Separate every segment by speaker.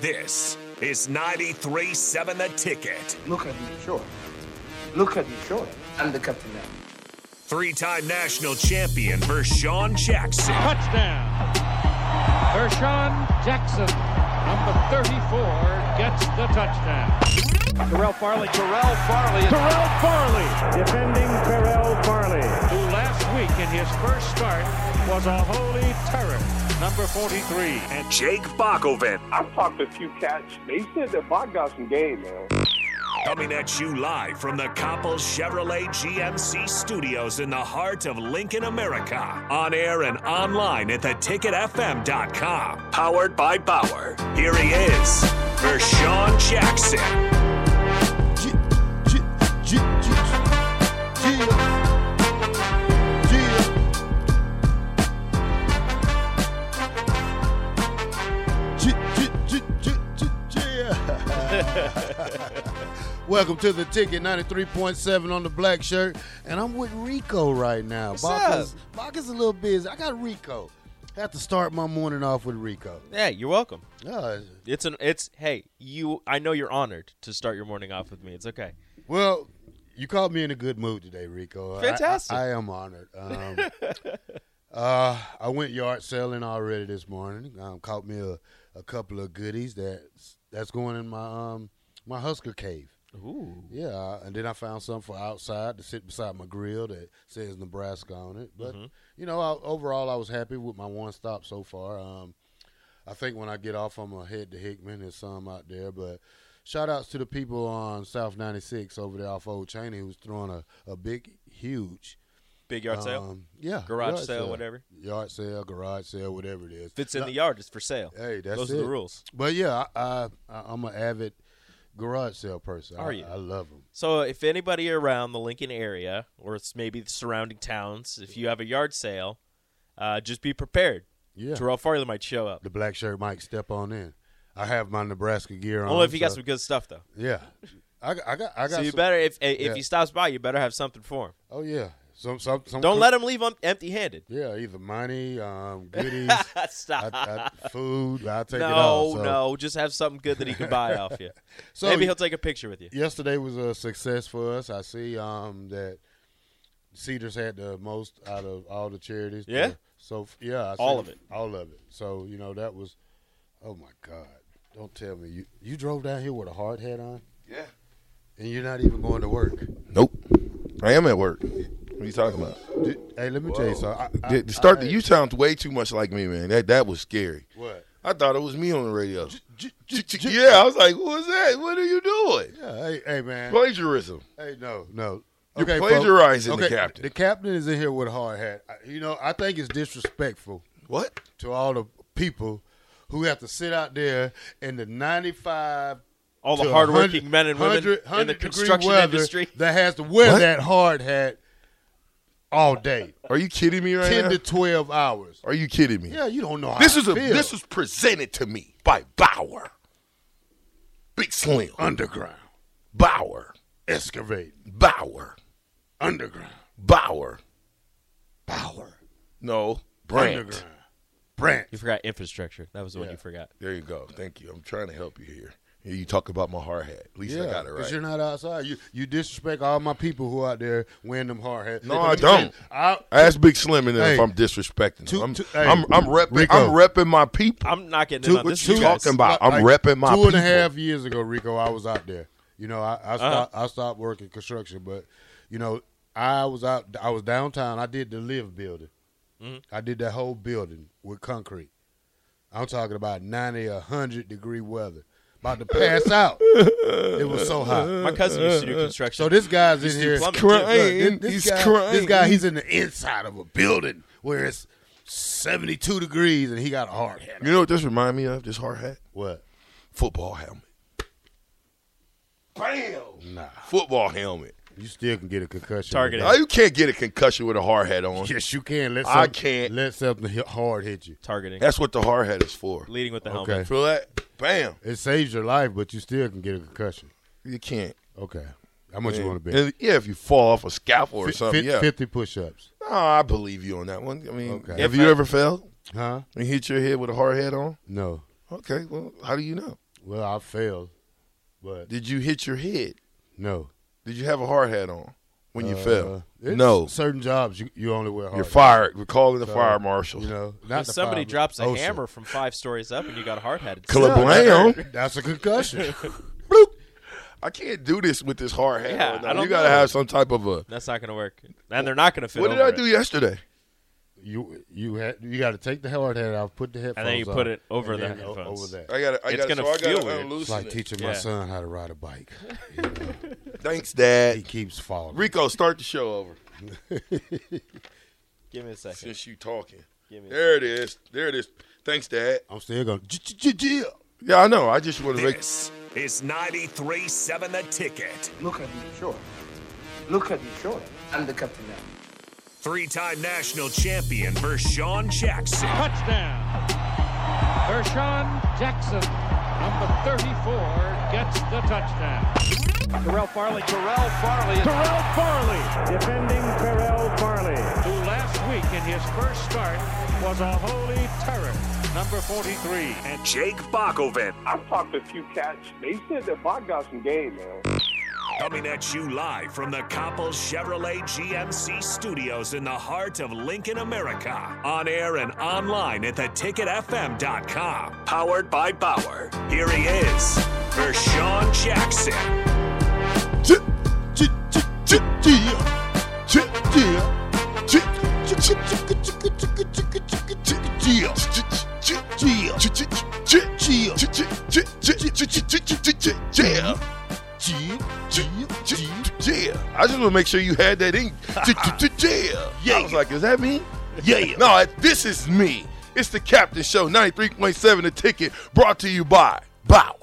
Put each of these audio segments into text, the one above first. Speaker 1: This is 93.7 The Ticket.
Speaker 2: Look at me, sure. Look at me, sure. I'm the captain now.
Speaker 1: Three time national champion Vershawn Jackson.
Speaker 3: Touchdown. Vershawn Jackson, number 34, gets the touchdown. Terrell Farley. Terrell Farley. Terrell Farley,
Speaker 4: Defending Terrell Farley.
Speaker 3: who last week in his first start was a holy terror. Number 43.
Speaker 1: and Jake Bakoven.
Speaker 5: I've talked to a few cats. They said that Bach got some game, man.
Speaker 1: Coming at you live from the Coppel Chevrolet GMC studios in the heart of Lincoln, America. On air and online at theticketfm.com. Powered by Bauer. Here he is, Vershawn Jackson.
Speaker 6: G- G- G- G- Yeah. Yeah. G- G- G- G- G- yeah. Welcome to the ticket 93.7 on the black shirt, and I'm with Rico right now. Baca's, Baca's a little busy. I got Rico. Have to start my morning off with Rico.
Speaker 7: Yeah, you're welcome.
Speaker 6: Yeah,
Speaker 7: It's an it's hey, you I know you're honored to start your morning off with me. It's okay.
Speaker 6: Well, you called me in a good mood today, Rico. I-
Speaker 7: Fantastic.
Speaker 6: I, I am honored. Um, uh, I went yard selling already this morning. Um, caught me a, a couple of goodies that's that's going in my um my Husker cave.
Speaker 7: Ooh.
Speaker 6: Yeah, and then I found some for outside to sit beside my grill that says Nebraska on it. But
Speaker 7: Mm-hmm.
Speaker 6: you know, I, overall, I was happy with my one stop so far. Um, I think when I get off, I'm gonna head to Hickman. There's some out there, but shout outs to the people on South 96 over there off Old Cheney who's throwing a, a big, huge
Speaker 7: Big yard sale.
Speaker 6: um, yeah,
Speaker 7: Garage sale, whatever.
Speaker 6: yard sale, garage sale, whatever it is.
Speaker 7: If it's in the yard, it's for sale.
Speaker 6: Hey, that's
Speaker 7: Those
Speaker 6: it.
Speaker 7: are the rules.
Speaker 6: But yeah, I, I I'm an avid garage sale person.
Speaker 7: Are
Speaker 6: I,
Speaker 7: you?
Speaker 6: I love them.
Speaker 7: So if anybody around the Lincoln area or it's maybe the surrounding towns, if you have a yard sale, uh, just be prepared.
Speaker 6: Yeah.
Speaker 7: Terrell Farley might show up.
Speaker 6: the black shirt Mike step on in. I have my Nebraska gear on.
Speaker 7: Only if you got
Speaker 6: Uh-huh, so-
Speaker 7: some good stuff though.
Speaker 6: Yeah, I, got- I got. I got.
Speaker 7: So you
Speaker 6: some-
Speaker 7: better if if
Speaker 6: yeah.
Speaker 7: he stops by, you better have something for him.
Speaker 6: Oh yeah. Some. Some. some
Speaker 7: Don't let him leave um, empty-handed.
Speaker 6: Yeah, either money, um, goodies,
Speaker 7: Stop.
Speaker 6: I, I, food. I will take it
Speaker 7: no,
Speaker 6: all. so-
Speaker 7: no, just have something good that he can buy off you.
Speaker 6: So
Speaker 7: Maybe he'll take a picture with you.
Speaker 6: yesterday was a success for us. I see um, that Cedars had the most out of all the charities.
Speaker 7: Yeah?
Speaker 6: So f- yeah, I
Speaker 7: All
Speaker 6: see-
Speaker 7: of it.
Speaker 6: All of it. So you know that was. Oh my God! Don't tell me you you drove down here with a hard hat on.
Speaker 8: Yeah.
Speaker 6: And you're not even going to work.
Speaker 8: Nope. I am at work. What are you talking about?
Speaker 6: Dude, hey, let me tell you something. I- I-
Speaker 8: The- the start
Speaker 6: I-
Speaker 8: the you sound way too much like me, man. That that was scary.
Speaker 6: What?
Speaker 8: I thought it was me on the radio. Yeah, I was like, "What is that? What are you doing?
Speaker 6: Yeah, hey, hey man.
Speaker 8: Plagiarism."
Speaker 6: Hey, no, no.
Speaker 8: You're
Speaker 6: folks.
Speaker 8: plagiarizing the
Speaker 6: Okay,
Speaker 8: captain.
Speaker 6: The captain is in here with a hard hat. I- You know, I think it's disrespectful
Speaker 8: What?
Speaker 6: to all the people who have to sit out there in the 95
Speaker 7: all the
Speaker 6: to
Speaker 7: hardworking
Speaker 6: 100
Speaker 7: men and women
Speaker 6: 100
Speaker 7: in the
Speaker 6: 100 degree
Speaker 7: construction
Speaker 6: weather
Speaker 7: industry.
Speaker 6: that has to wear
Speaker 8: What?
Speaker 6: that hard hat all day,
Speaker 8: Are you kidding me right
Speaker 6: 10
Speaker 8: now?
Speaker 6: to 12 hours.
Speaker 8: Are you kidding me?
Speaker 6: Yeah, you don't know how
Speaker 8: This
Speaker 6: I
Speaker 8: is a
Speaker 6: feel.
Speaker 8: this was presented to me by Bauer. Big Slim.
Speaker 6: underground,
Speaker 8: Bauer.
Speaker 6: excavate,
Speaker 8: Bauer.
Speaker 6: underground,
Speaker 8: Bauer.
Speaker 6: power,
Speaker 8: No. Brand.
Speaker 6: underground, brand.
Speaker 7: You forgot infrastructure. That was the one
Speaker 6: Yeah.
Speaker 7: you forgot.
Speaker 8: There you go. Thank you. I'm trying to help you here. Here you talk about my hard hat. At least I got it right.
Speaker 6: you're not outside. You you disrespect all my people who out there wearing them hard hats.
Speaker 8: No,
Speaker 6: Let
Speaker 8: I
Speaker 6: me tell you,
Speaker 8: don't.
Speaker 6: I,
Speaker 8: Ask Big Slim and
Speaker 6: Hey.
Speaker 8: if I'm disrespecting
Speaker 6: Two-
Speaker 8: him. I'm,
Speaker 6: two- hey,
Speaker 8: I'm, I'm repping.
Speaker 6: Rico.
Speaker 8: I'm repping my people.
Speaker 7: I'm not getting
Speaker 6: Two-
Speaker 7: in on this.
Speaker 6: two-
Speaker 7: you guys.
Speaker 8: talking about? I'm repping my
Speaker 6: two and a
Speaker 8: people.
Speaker 6: half years ago, Rico. I was out there. You know, I,
Speaker 8: Uh-huh.
Speaker 6: I stopped I stopped working construction, but you know, I was out. I was downtown. I did the live building.
Speaker 8: Mm-hmm.
Speaker 6: I did that whole building with concrete. I'm talking about 90, 100 degree weather. About to pass out. it was so hot.
Speaker 7: My cousin used to do construction.
Speaker 6: Uh, So this guy's in
Speaker 7: He's
Speaker 6: here.
Speaker 7: plumbing.
Speaker 6: Look,
Speaker 8: Crying.
Speaker 6: this,
Speaker 8: He's
Speaker 6: guy,
Speaker 8: crying.
Speaker 6: this guy, he's in the inside of a building where it's 72 degrees and he got a hard hat. on.
Speaker 8: You know what this remind me of? This hard hat,
Speaker 6: What?
Speaker 8: football helmet,
Speaker 6: Nah.
Speaker 8: football helmet.
Speaker 6: You still can get a concussion.
Speaker 7: Targeted.
Speaker 8: Now, you can't get a concussion with a hard hat on.
Speaker 6: Yes, you can. Let
Speaker 8: I
Speaker 6: something-
Speaker 8: can't.
Speaker 6: Let something hit hard hit you.
Speaker 7: targeting,
Speaker 8: That's what the hard hat is for.
Speaker 7: leading with the
Speaker 6: Okay.
Speaker 7: helmet.
Speaker 8: Feel that? Bam.
Speaker 6: It saves your life, but you still can get a concussion.
Speaker 8: You can't.
Speaker 6: Okay. How much you want to bet?
Speaker 8: And, yeah, if you fall off a scaffold or
Speaker 6: Fi-
Speaker 8: something.
Speaker 6: fi-
Speaker 8: yeah.
Speaker 6: 50 push-ups.
Speaker 8: No, I believe you on that one. I mean,
Speaker 6: Okay.
Speaker 8: have
Speaker 7: If
Speaker 8: you
Speaker 7: I-
Speaker 8: ever fell
Speaker 6: Huh?
Speaker 8: and hit your head with a hard hat on?
Speaker 6: No.
Speaker 8: Okay. Well, how do you know?
Speaker 6: Well, I failed, but
Speaker 8: Did you hit your head?
Speaker 6: no.
Speaker 8: Did you have a hard hat on when you
Speaker 6: Uh,
Speaker 8: fell?
Speaker 6: it's
Speaker 8: No.
Speaker 6: Certain jobs you, you only wear hard.
Speaker 8: You're fired. We're calling the
Speaker 6: So,
Speaker 8: fire marshal.
Speaker 6: You know, not
Speaker 7: If
Speaker 6: the Oh,
Speaker 7: somebody
Speaker 6: fire-
Speaker 7: drops a
Speaker 8: Oh,
Speaker 6: OSHA.
Speaker 7: hammer from five stories up and you got hard headed.
Speaker 8: Kalablam.
Speaker 6: That's a concussion.
Speaker 8: I can't do this with this hard hat.
Speaker 7: Yeah,
Speaker 8: on, though.
Speaker 7: I don't
Speaker 8: you gotta
Speaker 7: know.
Speaker 8: have some type of a.
Speaker 7: That's not going to work. And they're not going to fit
Speaker 8: What did
Speaker 7: over
Speaker 8: I
Speaker 7: it.
Speaker 8: do yesterday?
Speaker 6: you you had you got to take the hard hat off, put the headphones,
Speaker 7: And then you
Speaker 6: on,
Speaker 7: put it over
Speaker 6: and
Speaker 7: the
Speaker 6: then o-
Speaker 7: headphones.
Speaker 6: Over that.
Speaker 8: I gotta. I
Speaker 7: It's
Speaker 8: gotta.
Speaker 7: gonna
Speaker 8: so I gotta
Speaker 7: feel weird.
Speaker 6: It's
Speaker 8: unloosen
Speaker 6: like
Speaker 8: it.
Speaker 6: teaching
Speaker 7: Yeah.
Speaker 6: my son how to ride a bike.
Speaker 8: Thanks,
Speaker 6: He
Speaker 8: Dad.
Speaker 6: keeps falling.
Speaker 8: Rico, start the show over.
Speaker 7: Give me a second.
Speaker 8: Since you talking,
Speaker 7: Give me a
Speaker 8: there it is. There it is. Thanks, Dad.
Speaker 6: I'm still going.
Speaker 8: Yeah, I know. I just want to make.
Speaker 1: This is 93.7 The Ticket.
Speaker 2: Look at the short. Look at the short. I'm the captain now.
Speaker 1: Three-time national champion Vershawn Jackson.
Speaker 3: Touchdown. Vershawn Jackson, number 34, gets the touchdown. Terrell Farley. Terrell Farley. Terrell Farley,
Speaker 4: Defending Terrell Farley.
Speaker 3: who last week in his first start was a holy terror. Number 43.
Speaker 1: and Jake Bakoven.
Speaker 5: I've talked to a few cats. They said that Bach got some game, man.
Speaker 1: Coming at you live from the Coppel Chevrolet GMC studios in the heart of Lincoln, America. On air and online at theticketfm.com. Powered by Bauer. Here he is, Vershawn Jackson.
Speaker 8: I just want to make sure you had that in. Yeah. I was like, is that me? Yeah. No, this is me. It's the Captain Show 93.7 The Ticket brought to you by Bauer.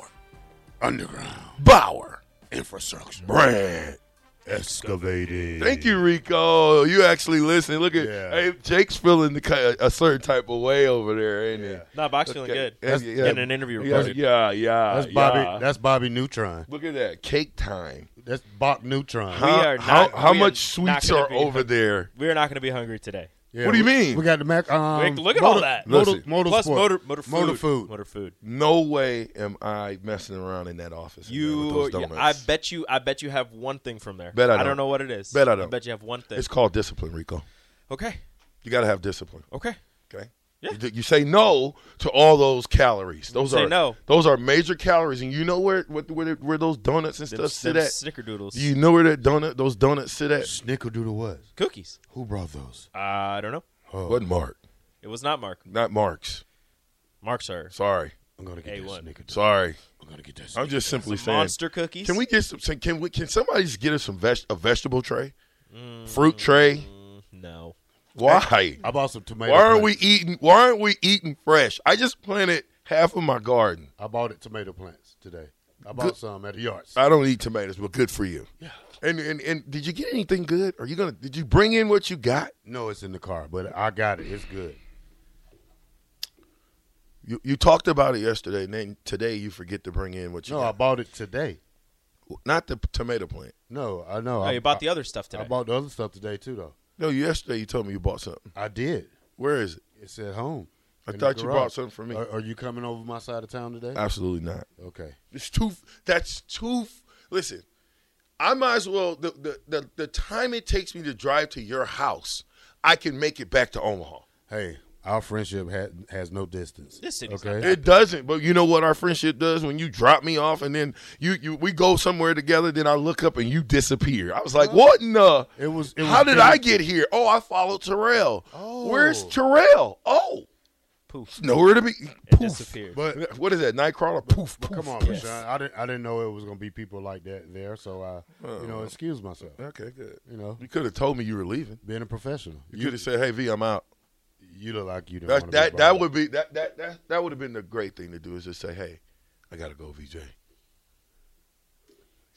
Speaker 6: Underground
Speaker 8: Bauer.
Speaker 6: infrastructure
Speaker 8: Brand.
Speaker 6: excavated.
Speaker 8: Thank you, Rico. You actually listen. Look at
Speaker 6: Yeah.
Speaker 8: hey, Jake's feeling the, ki- a certain type of way over there, ain't
Speaker 6: Yeah.
Speaker 7: No, Bach's feeling
Speaker 8: Okay.
Speaker 7: good.
Speaker 8: That's- yeah.
Speaker 7: Getting an interview
Speaker 8: he? Yeah,
Speaker 7: recorded.
Speaker 8: yeah, yeah.
Speaker 7: Uh,
Speaker 6: That's Bobby.
Speaker 8: yeah.
Speaker 6: That's Bobby Neutron.
Speaker 8: Look at that cake time.
Speaker 6: That's Bach Neutron.
Speaker 7: We
Speaker 8: Huh?
Speaker 7: are
Speaker 8: how
Speaker 7: not-
Speaker 8: how
Speaker 7: we are
Speaker 8: much
Speaker 7: not
Speaker 8: sweets
Speaker 7: gonna
Speaker 8: are
Speaker 7: be-
Speaker 8: over there?
Speaker 7: We're not going to be hungry today.
Speaker 6: Yeah,
Speaker 8: what do you
Speaker 6: we-
Speaker 8: mean?
Speaker 6: We got the mac. Um,
Speaker 7: Rick, look at
Speaker 6: motor-
Speaker 7: all that.
Speaker 6: Motor,
Speaker 8: Listen.
Speaker 6: motor
Speaker 7: Plus
Speaker 6: sport.
Speaker 7: motor, motor food.
Speaker 6: Motor food.
Speaker 7: Motor food.
Speaker 8: No way am I messing around in that office. man, with
Speaker 7: You,
Speaker 8: those donuts.
Speaker 7: I bet you, I bet you have one thing from there.
Speaker 8: Bet I
Speaker 7: don't
Speaker 8: don't.
Speaker 7: know what it is.
Speaker 8: Bet I don't.
Speaker 7: bet you have one thing.
Speaker 8: It's called discipline, Rico.
Speaker 7: okay,
Speaker 8: You got to have discipline.
Speaker 7: okay.
Speaker 8: Okay.
Speaker 7: Yeah.
Speaker 8: You, do- you say no to all those calories. Those
Speaker 7: Say
Speaker 8: are
Speaker 7: no. Those
Speaker 8: Those are major calories, and you know where what- where, where those donuts and
Speaker 7: Them,
Speaker 8: stuff sit
Speaker 7: them
Speaker 8: at.
Speaker 7: snickerdoodles,
Speaker 8: Do you know where that donut those donuts sit at?
Speaker 6: Snickerdoodle was.
Speaker 7: cookies.
Speaker 6: Who brought those?
Speaker 7: I don't know.
Speaker 6: Oh,
Speaker 8: What Mark?
Speaker 7: It was not Mark.
Speaker 8: Not Mark's.
Speaker 7: Mark's are
Speaker 8: Sorry,
Speaker 6: I'm gonna get
Speaker 7: A1.
Speaker 6: that snickerdoodle.
Speaker 8: sorry.
Speaker 6: I'm gonna get that.
Speaker 8: I'm just simply saying.
Speaker 7: monster cookies.
Speaker 8: Can we get some? Can we? Can somebody just get us some veg, a vegetable tray,
Speaker 7: Mm.
Speaker 8: fruit tray?
Speaker 7: No.
Speaker 8: Why?
Speaker 6: I bought some tomato.
Speaker 8: Why aren't we
Speaker 6: plants.
Speaker 8: eating? Why aren't we eating fresh? I just planted half of my garden.
Speaker 6: I bought it tomato plants today. I bought some at the yard.
Speaker 8: I don't eat tomatoes, but good for you. Yeah. And and and did you get anything good? Are you gonna? Did you bring in what you got?
Speaker 6: no, it's in the car, but I got it. It's good.
Speaker 8: You you talked about it yesterday, and then today you forget to bring in what you
Speaker 6: No, I
Speaker 8: got.
Speaker 6: bought it today.
Speaker 8: Not the p- tomato plant.
Speaker 6: No, I know.
Speaker 7: Oh,
Speaker 6: I,
Speaker 7: you bought the
Speaker 6: I-
Speaker 7: other stuff today.
Speaker 6: I bought the other stuff today too, though.
Speaker 8: No, yesterday you told me you bought something.
Speaker 6: I did.
Speaker 8: Where is it?
Speaker 6: It's at home.
Speaker 8: I
Speaker 6: in the
Speaker 8: thought you
Speaker 6: garage. Uh,
Speaker 8: bought something for me. Uh,
Speaker 6: Are, are you coming over my side of town today?
Speaker 8: Absolutely not.
Speaker 6: okay.
Speaker 8: It's too. That's too. Listen, I might as well. The, the the the time it takes me to drive to your house, I can make it back to Omaha.
Speaker 6: Hey, our friendship ha- has no distance.
Speaker 7: This city's not
Speaker 6: okay.
Speaker 8: It doesn't, but you know what our friendship does when you drop me off and then you, you we go somewhere together. Then I look up and you disappear. I was like, what in the?
Speaker 6: Uh-huh. It was- it was
Speaker 8: how did
Speaker 6: very-
Speaker 8: I get here? Oh, I followed Terrell.
Speaker 6: Oh.
Speaker 8: where's Terrell? Oh,
Speaker 7: Poof.
Speaker 8: nowhere to be.
Speaker 7: It
Speaker 8: Poof.
Speaker 7: disappeared.
Speaker 6: But
Speaker 8: What is that? Nightcrawler. Poof. poof
Speaker 6: come on,
Speaker 8: poof.
Speaker 6: Rashawn. I didn't. I didn't know it was gonna be people like that there. So I, you
Speaker 8: Uh,
Speaker 6: know, excuse myself.
Speaker 8: Okay, good.
Speaker 6: You know,
Speaker 8: You could have told me you were leaving.
Speaker 6: being a professional,
Speaker 8: You could have said, "Hey, V, I'm out."
Speaker 6: you look like you. Don't
Speaker 8: That
Speaker 6: wanna be
Speaker 8: that
Speaker 6: bothered.
Speaker 8: that would be that that that that would have been the great thing to do is just say, "Hey, I gotta go, VJ."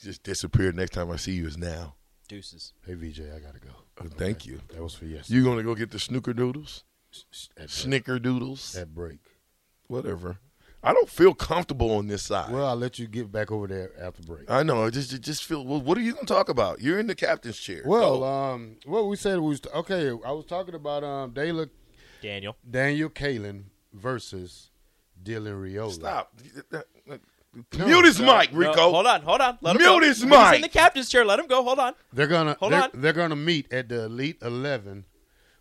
Speaker 8: Just disappear. Next time I see you is now.
Speaker 7: Deuces.
Speaker 6: Hey VJ, I gotta go.
Speaker 8: Oh, Thank you.
Speaker 6: That was for yes.
Speaker 8: You gonna go get the snooker doodles,
Speaker 6: at, break,
Speaker 8: snicker doodles,
Speaker 6: at break.
Speaker 8: whatever. I don't feel comfortable on this side.
Speaker 6: Well, I'll let you get back over there after break.
Speaker 8: I know. I just it just feel. Well, what are you gonna talk about? You're in the captain's chair.
Speaker 6: Well,
Speaker 8: Go.
Speaker 6: um, what we said was okay. I was talking about um, Daniel
Speaker 7: Daniel.
Speaker 6: Daniel Kalen versus Dylan Riola.
Speaker 8: stop. Mute his mic,
Speaker 7: No,
Speaker 8: Rico.
Speaker 7: hold on, hold on. Let him
Speaker 8: Mute
Speaker 7: go.
Speaker 8: his
Speaker 7: He's
Speaker 8: mic.
Speaker 7: in the captain's chair. Let him go. Hold on.
Speaker 6: They're gonna
Speaker 7: Hold
Speaker 6: they're,
Speaker 7: on.
Speaker 6: they're gonna meet at the elite eleven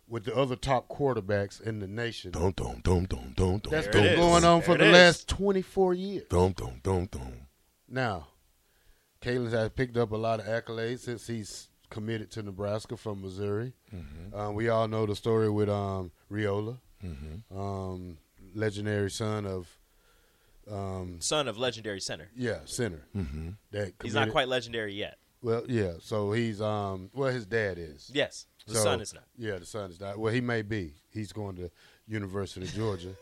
Speaker 6: with the other top quarterbacks in the nation.
Speaker 8: Dum dum dum dum dum dum.
Speaker 6: That's
Speaker 7: There
Speaker 6: been
Speaker 7: it is.
Speaker 6: going on for
Speaker 7: There it
Speaker 6: the
Speaker 7: is.
Speaker 6: last twenty four years.
Speaker 8: Dum dum dum dum.
Speaker 6: Now, Kalen has picked up a lot of accolades since he's committed to Nebraska from Missouri.
Speaker 7: Mm-hmm.
Speaker 6: Um, we all know the story with um, Riola,
Speaker 7: Mm-hmm.
Speaker 6: um, legendary son of
Speaker 8: Mm.
Speaker 7: Son of legendary center.
Speaker 6: yeah center. Mm-hmm. That
Speaker 7: He's not
Speaker 6: committed-
Speaker 7: quite legendary yet.
Speaker 6: well. Yeah, so he's um well his dad is
Speaker 7: Yes, the
Speaker 6: So-
Speaker 7: son is not.
Speaker 6: Yeah, the son is not. Well, he may be. He's going to University of Georgia,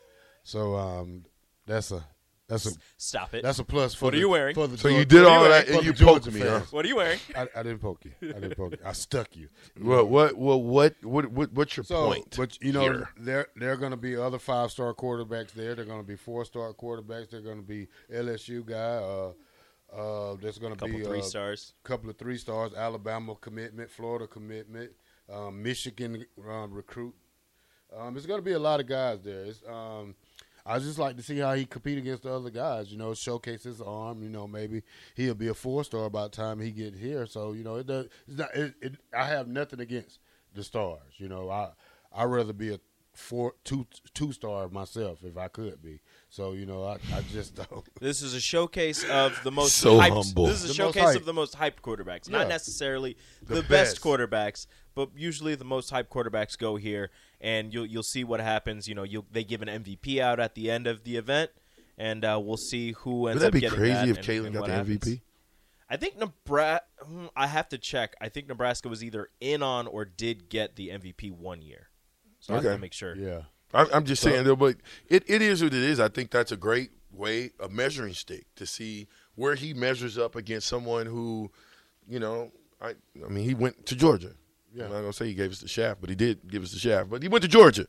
Speaker 6: so um that's a that's a
Speaker 7: Stop it.
Speaker 6: that's a plus for
Speaker 7: What are
Speaker 6: the-
Speaker 7: you wearing?
Speaker 6: For the
Speaker 8: So you
Speaker 6: Georgia-
Speaker 8: did all
Speaker 6: for
Speaker 8: that
Speaker 6: the
Speaker 8: and you
Speaker 6: Georgia
Speaker 8: poked me,
Speaker 6: fans.
Speaker 8: huh?
Speaker 7: what are you wearing?
Speaker 6: I, I didn't poke you. I didn't poke you. I stuck you.
Speaker 8: Well, what, well, what, what, what, what's your
Speaker 6: So,
Speaker 8: point?
Speaker 6: but you know,
Speaker 8: here?
Speaker 6: there there are going to be other five star quarterbacks there. They're going to be four star quarterbacks. They're going to be LSU guy. Uh, uh, there's going to
Speaker 7: Couple
Speaker 6: be
Speaker 7: three
Speaker 6: uh,
Speaker 7: stars.
Speaker 6: couple of three stars. Alabama commitment, Florida commitment, um, Michigan um, recruit. Um, there's going to be a lot of guys there. It's, um, I just like to see how he compete against the other guys. You know, showcase his arm. You know, maybe he'll be a four star by the time he get here. So you know, it does. It's not. It, it, I have nothing against the stars. You know, I I would rather be a four two two star myself if I could be. So you know, I, I just don't.
Speaker 7: This is a showcase of the most
Speaker 8: So
Speaker 7: hyped,
Speaker 8: humble.
Speaker 7: This is a
Speaker 6: The most
Speaker 7: showcase
Speaker 6: hype.
Speaker 7: of the most hyped quarterbacks,
Speaker 6: Yeah.
Speaker 7: not necessarily the,
Speaker 6: The
Speaker 7: best.
Speaker 6: best.
Speaker 7: quarterbacks, but usually the most hyped quarterbacks go here, and you'll you'll see what happens. You know, you'll, they give an MVP out at the end of the event, and uh, we'll see who ends
Speaker 8: Would that
Speaker 7: up
Speaker 8: be
Speaker 7: getting
Speaker 8: crazy
Speaker 7: that
Speaker 8: if
Speaker 7: and-
Speaker 8: Kalen
Speaker 7: and
Speaker 8: got
Speaker 7: what
Speaker 8: the
Speaker 7: happens.
Speaker 8: MVP?
Speaker 7: I think Nebraska. I have to check. I think Nebraska was either in on or did get the MVP one year, so I have
Speaker 8: Okay.
Speaker 7: to make sure.
Speaker 6: Yeah.
Speaker 8: I'm, I'm just saying, though, but it, it is what it is. I think that's a great way, a measuring stick to see where he measures up against someone who, you know, I I mean, he went to Georgia. I'm not gonna say he gave us the shaft, but he did give us the shaft. But he went to Georgia,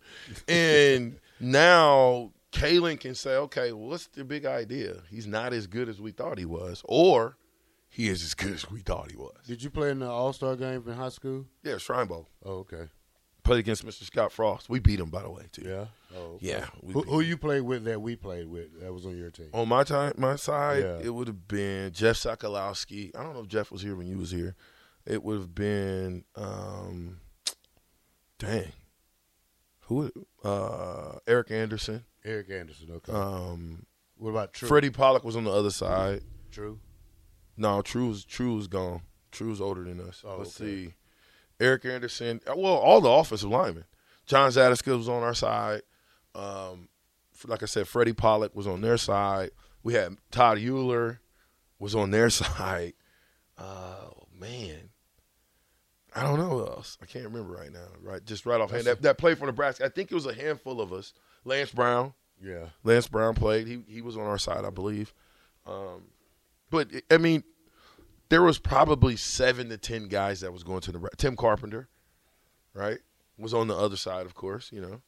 Speaker 8: and now Kalen can say, okay, what's the big idea? He's not as good as we thought he was, or he is as good as we thought he was.
Speaker 6: Did you play in the All Star game in high school?
Speaker 8: Yeah, Shrine Bowl
Speaker 6: Oh, okay.
Speaker 8: played against Mr. Scott Frost. We beat him, by the way, too.
Speaker 6: Yeah. Oh.
Speaker 8: yeah. we
Speaker 6: Who,
Speaker 8: beat
Speaker 6: who you played with that we played with that was on your team?
Speaker 8: On my time, my side,
Speaker 6: Yeah.
Speaker 8: it would have been Jeff Sokolowski. I don't know if Jeff was here when you was here. It would have been, um, dang, who? would- Uh, Eric Anderson.
Speaker 6: Eric Anderson. Okay.
Speaker 8: Um,
Speaker 6: what about True?
Speaker 8: Freddie Pollock was on the other side.
Speaker 6: True.
Speaker 8: No, True was True was gone. True was older than us.
Speaker 6: Oh,
Speaker 8: Let's
Speaker 6: okay.
Speaker 8: see, Eric Anderson. Well, all the offensive linemen. John Zadiska was on our side. Um, f- like I said, Freddie Pollock was on their side. We had Todd Euler was on their side. Oh man, I don't know who else. I can't remember right now. Right, just right offhand. That, that play for Nebraska. I think it was a handful of us. Lance Brown.
Speaker 6: Yeah.
Speaker 8: Lance Brown played. He he was on our side, I believe. Um, but I mean, there was probably seven to ten guys that was going to the Tim Carpenter, right? Was on the other side, of course, you know.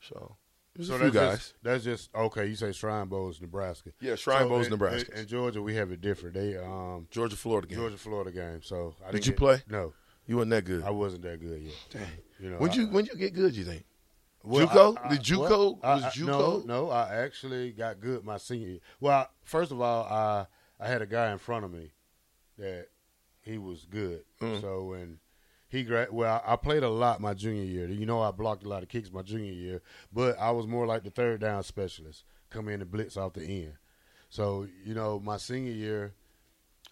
Speaker 8: So there's a few
Speaker 6: that's
Speaker 8: guys.
Speaker 6: Just, that's just okay. You say Shrine Bowl is Nebraska.
Speaker 8: Yeah, Shrine Bowl is
Speaker 6: in-
Speaker 8: Nebraska.
Speaker 6: In, in Georgia, we have it different. They um
Speaker 8: Georgia, Florida game.
Speaker 6: Georgia Florida game. So I
Speaker 8: Did
Speaker 6: didn't
Speaker 8: you
Speaker 6: get-
Speaker 8: play?
Speaker 6: No,
Speaker 8: You wasn't that good.
Speaker 6: I wasn't that good yet. Dang. You know.
Speaker 8: when
Speaker 6: I-
Speaker 8: you when you get good, you think?
Speaker 6: Well,
Speaker 8: JUCO?
Speaker 6: I- I-
Speaker 8: Did
Speaker 6: what?
Speaker 8: JUCO
Speaker 6: I-
Speaker 8: was
Speaker 6: I-
Speaker 8: JUCO?
Speaker 6: No, no, I actually got good my senior. year. Well, first of all, I I had a guy in front of me that he was good.
Speaker 8: Hmm.
Speaker 6: So when he gra- well, I played a lot my junior year. You know, I blocked a lot of kicks my junior year, but I was more like the third down specialist, come in and blitz off the end. So you know, my senior year,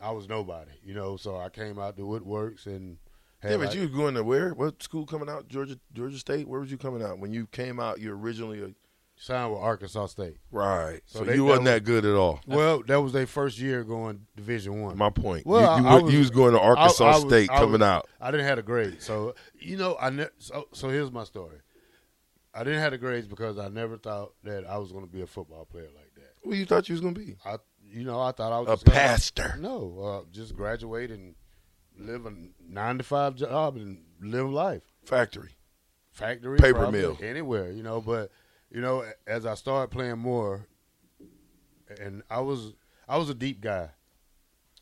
Speaker 6: I was nobody. You know, so I came out to Woodworks and had
Speaker 8: Yeah, but
Speaker 6: like-
Speaker 8: you was going to where? What school coming out? Georgia Georgia State? Where was you coming out? When you came out, you originally a,
Speaker 6: signed with Arkansas State.
Speaker 8: right. So,
Speaker 6: So they-
Speaker 8: you
Speaker 6: that
Speaker 8: wasn't
Speaker 6: was-
Speaker 8: that good at all.
Speaker 6: Well, that was their first year going Division One.
Speaker 8: My point. You-
Speaker 6: Well,
Speaker 8: you,
Speaker 6: I- I
Speaker 8: went- you
Speaker 6: was-
Speaker 8: was going to Arkansas
Speaker 6: I- I was-
Speaker 8: State
Speaker 6: I was-
Speaker 8: coming out.
Speaker 6: I didn't have a grade, so you know I ne- so so here's my story. I didn't have the grades because I never thought that I was going to be a football player like that.
Speaker 8: Who you thought you was gonna be?
Speaker 6: I you know I thought I was
Speaker 8: A
Speaker 6: just gonna-
Speaker 8: pastor.
Speaker 6: No, uh, just graduate and live a nine to five job and live life.
Speaker 8: Factory.
Speaker 6: Factory,
Speaker 8: Paper
Speaker 6: probably,
Speaker 8: mill.
Speaker 6: anywhere you know. But you know, as I started playing more, and I was I was a deep guy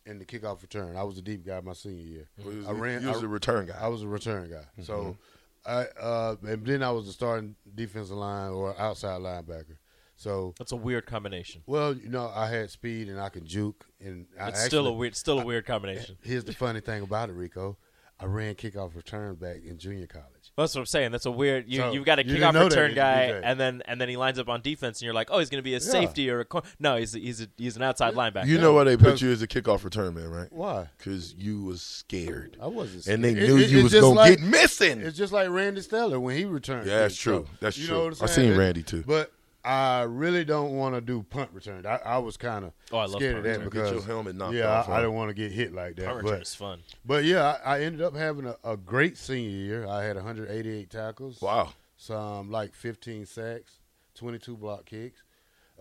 Speaker 6: in the kickoff return. I was a deep guy my senior year. I ran.
Speaker 8: You was
Speaker 6: I-
Speaker 8: a return guy. Mm-hmm.
Speaker 6: I was a return guy. So I uh and then I was the starting defensive line or outside linebacker. So
Speaker 7: That's a weird combination.
Speaker 6: well, you know, I had speed and I could juke, and I
Speaker 7: It's still a
Speaker 6: actually-
Speaker 7: weird, still a weird combination.
Speaker 6: Here's the funny thing about it, Rico. I ran kickoff return back in junior college.
Speaker 7: That's what I'm saying. That's a weird. You
Speaker 6: So,
Speaker 7: you've got a
Speaker 6: you didn't
Speaker 7: kickoff
Speaker 6: know that,
Speaker 7: return
Speaker 6: did you,
Speaker 7: guy,
Speaker 6: DJ?
Speaker 7: and then and then he lines up on defense, and you're like, oh, he's going to be a safety or a corner. No, he's he's a, he's an outside linebacker.
Speaker 8: You know why they put you as a kickoff return man, right?
Speaker 6: Why?
Speaker 8: Because you was scared.
Speaker 6: I wasn't.
Speaker 8: And they
Speaker 6: scared. It-
Speaker 8: knew
Speaker 6: it-
Speaker 8: you
Speaker 6: it's
Speaker 8: was
Speaker 6: just
Speaker 8: gonna
Speaker 6: like-
Speaker 8: get missing.
Speaker 6: It's just like Randy Steller when he returned.
Speaker 8: Yeah, that's
Speaker 6: kicks.
Speaker 8: true.
Speaker 6: So,
Speaker 8: That's
Speaker 6: you
Speaker 8: true.
Speaker 6: Know what I'm
Speaker 8: I
Speaker 6: saying?
Speaker 8: seen Randy, too.
Speaker 6: But I really don't want to do punt return. I, I was kind of
Speaker 7: Oh, I love
Speaker 6: scared of
Speaker 7: punt
Speaker 6: that
Speaker 8: return. Get
Speaker 6: because
Speaker 8: your helmet knocked
Speaker 6: yeah,
Speaker 8: off,
Speaker 6: I,
Speaker 8: huh?
Speaker 6: I didn't want to get hit like that.
Speaker 7: Punt
Speaker 6: but,
Speaker 7: return is fun.
Speaker 6: But yeah, I, I ended up having a, a great senior year. I had 188 tackles.
Speaker 8: Wow.
Speaker 6: Some like 15 sacks, 22 block kicks.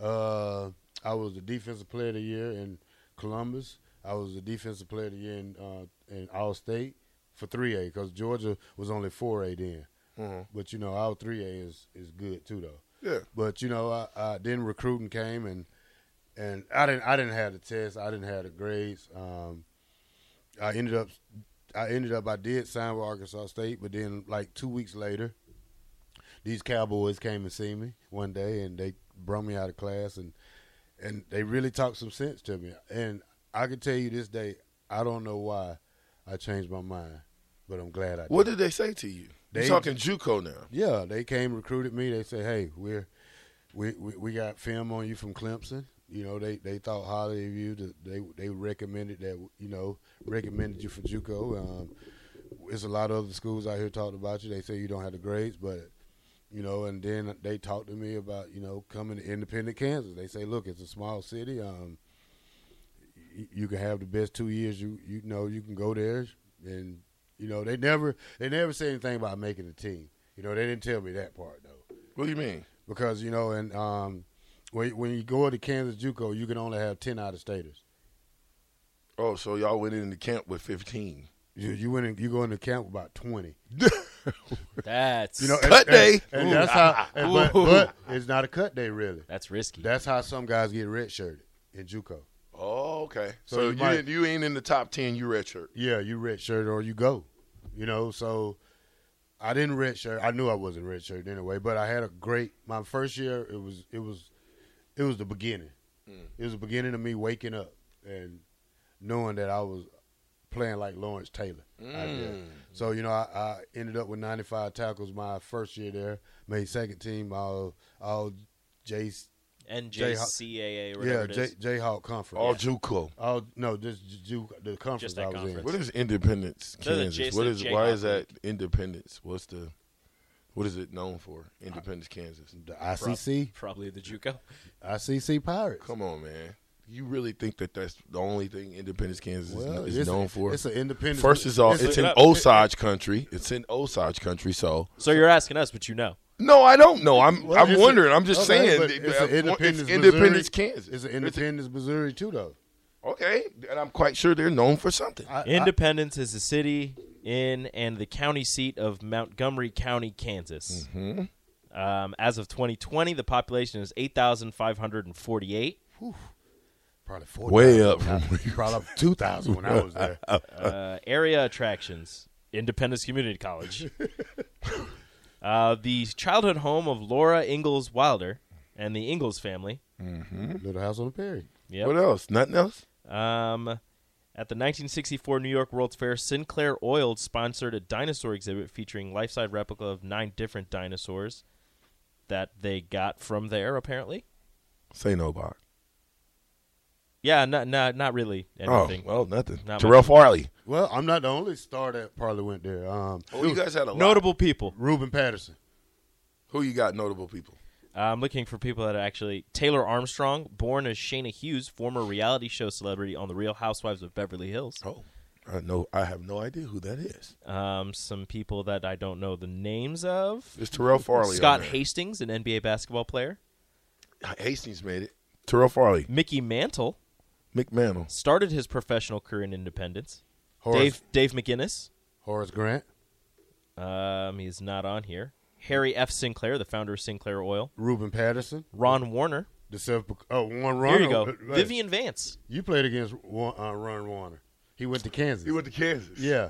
Speaker 6: Uh, I was the defensive player of the year in Columbus. I was the defensive player of the year in uh, in All State for 3A because Georgia was only 4A then. But you know, our 3A is is good too though.
Speaker 8: Mm-hmm. Yeah.
Speaker 6: But you know, I, I then recruiting came and and I didn't I didn't have the test. I didn't have the grades. Um, I ended up I ended up I did sign with Arkansas State, but then like two weeks later, these Cowboys came and see me one day and they brought me out of class and and they really talked some sense to me. And I can tell you this day, I don't know why I changed my mind, but I'm glad I
Speaker 8: What
Speaker 6: did.
Speaker 8: did they say to you?
Speaker 6: They-
Speaker 8: You're talking JUCO now.
Speaker 6: Yeah, they came recruited me. They said, "Hey, we're we, we we got film on you from Clemson." You know, they they thought highly of you. that They they recommended that you know recommended you for JUCO. Um, it's a lot of other schools out here talking about you. They say you don't have the grades, but you know, and then they talked to me about you know coming to independent Kansas. They say, "Look, it's a small city. Um, you, you can have the best two years. You you know you can go there, and you know they never they never say anything about making the team. You know they didn't tell me that part though,
Speaker 8: What do you mean?
Speaker 6: because you know and um, when when you go to Kansas JUCO, you can only have ten out of staters.
Speaker 8: Oh, so y'all went into camp with 15.
Speaker 6: You you went in, you go into camp with about twenty.
Speaker 7: That's
Speaker 6: You know,
Speaker 8: Cut day.
Speaker 6: and that's how. and- but, but it's not a cut day really.
Speaker 7: that's risky.
Speaker 6: That's how some guys get redshirted in JUCO.
Speaker 8: Oh, okay. So,
Speaker 6: So you
Speaker 8: you,
Speaker 6: might-
Speaker 8: didn't- you ain't in the top 10, you redshirt.
Speaker 6: yeah, you redshirt or you go. You know, so I didn't redshirt. I knew I wasn't redshirt anyway, but I had a great my first year. It was it was it was the beginning.
Speaker 7: Hmm.
Speaker 6: It was the beginning of me waking up and knowing that I was playing like Lawrence Taylor. out there.
Speaker 7: Hmm.
Speaker 6: So you know, I, I ended up with 95 tackles my first year there. Made second team all all J
Speaker 7: NJCAA, or whatever
Speaker 6: yeah
Speaker 7: it
Speaker 6: J
Speaker 7: is.
Speaker 6: Jayhawk conference.
Speaker 8: All JUCO.
Speaker 6: all no, just Ju- the conference
Speaker 7: that
Speaker 6: I was in.
Speaker 7: conference.
Speaker 8: What is Independence,
Speaker 7: They're the
Speaker 8: Kansas?
Speaker 7: Jason
Speaker 8: What is
Speaker 7: J.
Speaker 8: why is that
Speaker 7: Hawk
Speaker 8: Independence? What's the what is it known for? Independence, Kansas.
Speaker 6: The ICC,
Speaker 7: Oh, Probably the JUCO.
Speaker 6: ICC Pirates.
Speaker 8: Come on, man. You really think that that's the only thing Independence, Kansas is-
Speaker 6: Well,
Speaker 8: is,
Speaker 6: it's-
Speaker 8: known for?
Speaker 6: it's an independent-
Speaker 8: First is all,
Speaker 6: it's
Speaker 8: it's,
Speaker 6: a-
Speaker 8: in Osage country. It's in Osage country. So
Speaker 7: So you're asking us, but you know.
Speaker 8: no, I don't know. I'm
Speaker 6: Well,
Speaker 8: I'm
Speaker 6: it's a-
Speaker 8: wondering. I'm just
Speaker 6: okay,
Speaker 8: saying.
Speaker 6: but
Speaker 8: that-
Speaker 6: uh, It's
Speaker 8: that-
Speaker 6: an Independence,
Speaker 8: Independence,
Speaker 6: Missouri.
Speaker 8: Kansas.
Speaker 6: It's an Independence, Missouri too, though.
Speaker 8: okay, and I'm quite sure they're known for something.
Speaker 6: I, I,
Speaker 7: Independence is a city in and the county seat of Montgomery County, Kansas.
Speaker 6: Mm-hmm.
Speaker 7: Um, as of 2020, the population is 8,548.
Speaker 6: probably four.
Speaker 8: Way up from where you
Speaker 6: Probably two thousand when I was there.
Speaker 7: Uh, area attractions Independence Community College. uh, the childhood home of Laura Ingalls Wilder and the Ingalls family.
Speaker 6: Little House on the Prairie.
Speaker 7: Yep.
Speaker 8: What else? Nothing else.
Speaker 7: Um, at the 1964 New York World's Fair, Sinclair Oil sponsored a dinosaur exhibit featuring life-size replica of nine different dinosaurs that they got from there. Apparently,
Speaker 8: Say no, Bob.
Speaker 7: yeah, not not not really
Speaker 8: Oh
Speaker 7: anything.
Speaker 8: well, nothing.
Speaker 7: Not
Speaker 8: Terrell
Speaker 7: much.
Speaker 8: Farley.
Speaker 6: Well, I'm not the only star that probably went there. Um,
Speaker 8: Oh, you guys had a lot.
Speaker 7: Notable people.
Speaker 6: Reuben Patterson.
Speaker 8: Who you got? Notable people.
Speaker 7: Uh, I'm looking for people that are actually Taylor Armstrong, born as Shayna Hughes, former reality show celebrity on The Real Housewives of Beverly Hills.
Speaker 8: Oh, I know. I have no idea who that is.
Speaker 7: Um, some people that I don't know the names of.
Speaker 8: It's Terrell Farley.
Speaker 7: Scott
Speaker 8: on there.
Speaker 7: Hastings, an NBA basketball player.
Speaker 8: Hastings made it. Terrell Farley,
Speaker 7: Mickey Mantle
Speaker 8: McManus.
Speaker 7: started his professional career in Independence.
Speaker 6: Horace,
Speaker 7: Dave Dave McGinnis.
Speaker 6: Horace Grant.
Speaker 7: Um, he's not on here. Harry F. Sinclair, the founder of Sinclair Oil.
Speaker 6: Reuben Patterson.
Speaker 7: Ron Warner.
Speaker 6: The self. Oh, Warren Runner.
Speaker 7: Here you go.
Speaker 6: Right.
Speaker 7: Vivian Vance.
Speaker 6: You played against Wa- uh, Ron Warner. He went to Kansas.
Speaker 8: to Kansas.
Speaker 6: yeah.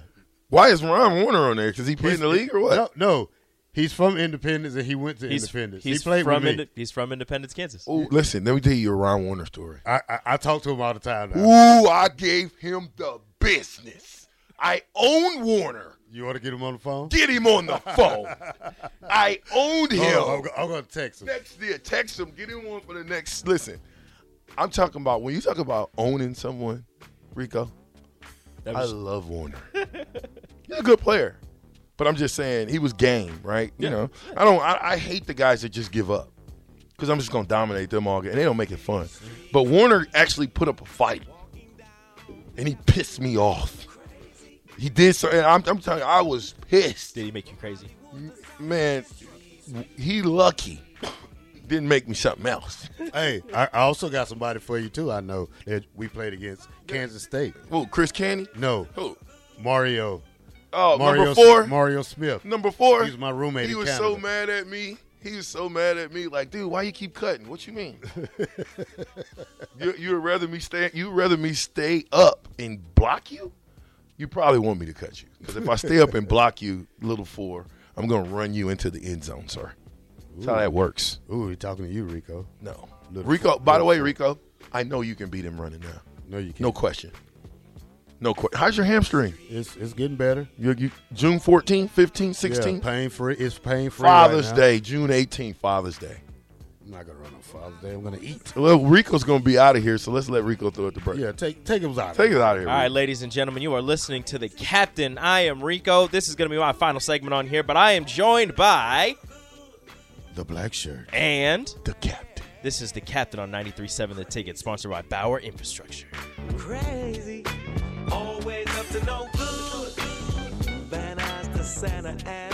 Speaker 8: Why is Ron Warner on there? Because he played in the league or what?
Speaker 6: No, no. He's from Independence and he went to
Speaker 7: He's,
Speaker 6: Independence.
Speaker 7: he's
Speaker 6: he played
Speaker 7: from
Speaker 6: with me.
Speaker 7: Inde- he's from Independence, Kansas.
Speaker 8: Ooh, listen, let me tell you a Ron Warner story.
Speaker 6: I, I I talk to him all the time. Now.
Speaker 8: Ooh, I gave him the business. I own Warner.
Speaker 6: You want to get him on the phone?
Speaker 8: Get him on the phone. I owned him.
Speaker 6: Hold on, Oh, I'm, go- I'm gonna text him.
Speaker 8: next year. Text him. Get him one for the next. Listen, I'm talking about when you talk about owning someone, Rico.
Speaker 7: That
Speaker 8: I
Speaker 7: was-
Speaker 8: love Warner. He's a good player, but I'm just saying he was game, right? You know, I don't. I, I hate the guys that just give up because I'm just gonna dominate them all game, and they don't make it fun. But Warner actually put up a fight, and he pissed me off. He did so, and I'm, I'm telling you, I was pissed
Speaker 7: Did he make you crazy?
Speaker 8: man, he lucky didn't make me something else.
Speaker 6: hey, I I also got somebody for you too. I know that we played against Kansas State.
Speaker 8: Who, Chris Candy?
Speaker 6: No,
Speaker 8: Who?
Speaker 6: Mario.
Speaker 8: Oh,
Speaker 6: Mario
Speaker 8: number four.
Speaker 6: Mario Smith.
Speaker 8: number four.
Speaker 6: He's my roommate
Speaker 8: He
Speaker 6: in
Speaker 8: was so
Speaker 6: Canada.
Speaker 8: mad at me. He was so mad at me. Like, dude, why you keep cutting? What you mean? you, you'd rather me stay. You'd rather me stay up and block you. You probably want me to cut you because if I stay up and block you, little four, I'm gonna run you into the end zone, sir. That's how that works.
Speaker 6: Ooh, he talking to you, Rico.
Speaker 8: No.
Speaker 6: Little
Speaker 8: Rico,
Speaker 6: foot,
Speaker 8: by the
Speaker 6: little
Speaker 8: way, Rico, I know you can beat him running now.
Speaker 6: No, you can't.
Speaker 8: No question. No question. How's your hamstring?
Speaker 6: It's it's getting better.
Speaker 8: You, you, June 14, 15, 16?
Speaker 6: Yeah, pain free. It's pain free.
Speaker 8: Father's
Speaker 6: right now.
Speaker 8: Day, June 18th, Father's Day.
Speaker 6: I'm not gonna run on Father's Day. I'm gonna eat.
Speaker 8: Well, Rico's going to be out of here, so let's let Rico throw it to break.
Speaker 6: Yeah, take take him out.
Speaker 8: Take it out of here.
Speaker 7: All right,
Speaker 8: Rico.
Speaker 7: ladies and gentlemen, you are listening to the captain. I am Rico. This is going to be my final segment on here, but I am joined by
Speaker 6: the black shirt.
Speaker 7: and
Speaker 8: the captain.
Speaker 7: this is the captain on 93.7 The Ticket, sponsored by Bauer Infrastructure.
Speaker 9: Crazy, always up to no good. Van Nuys to Santa Ana.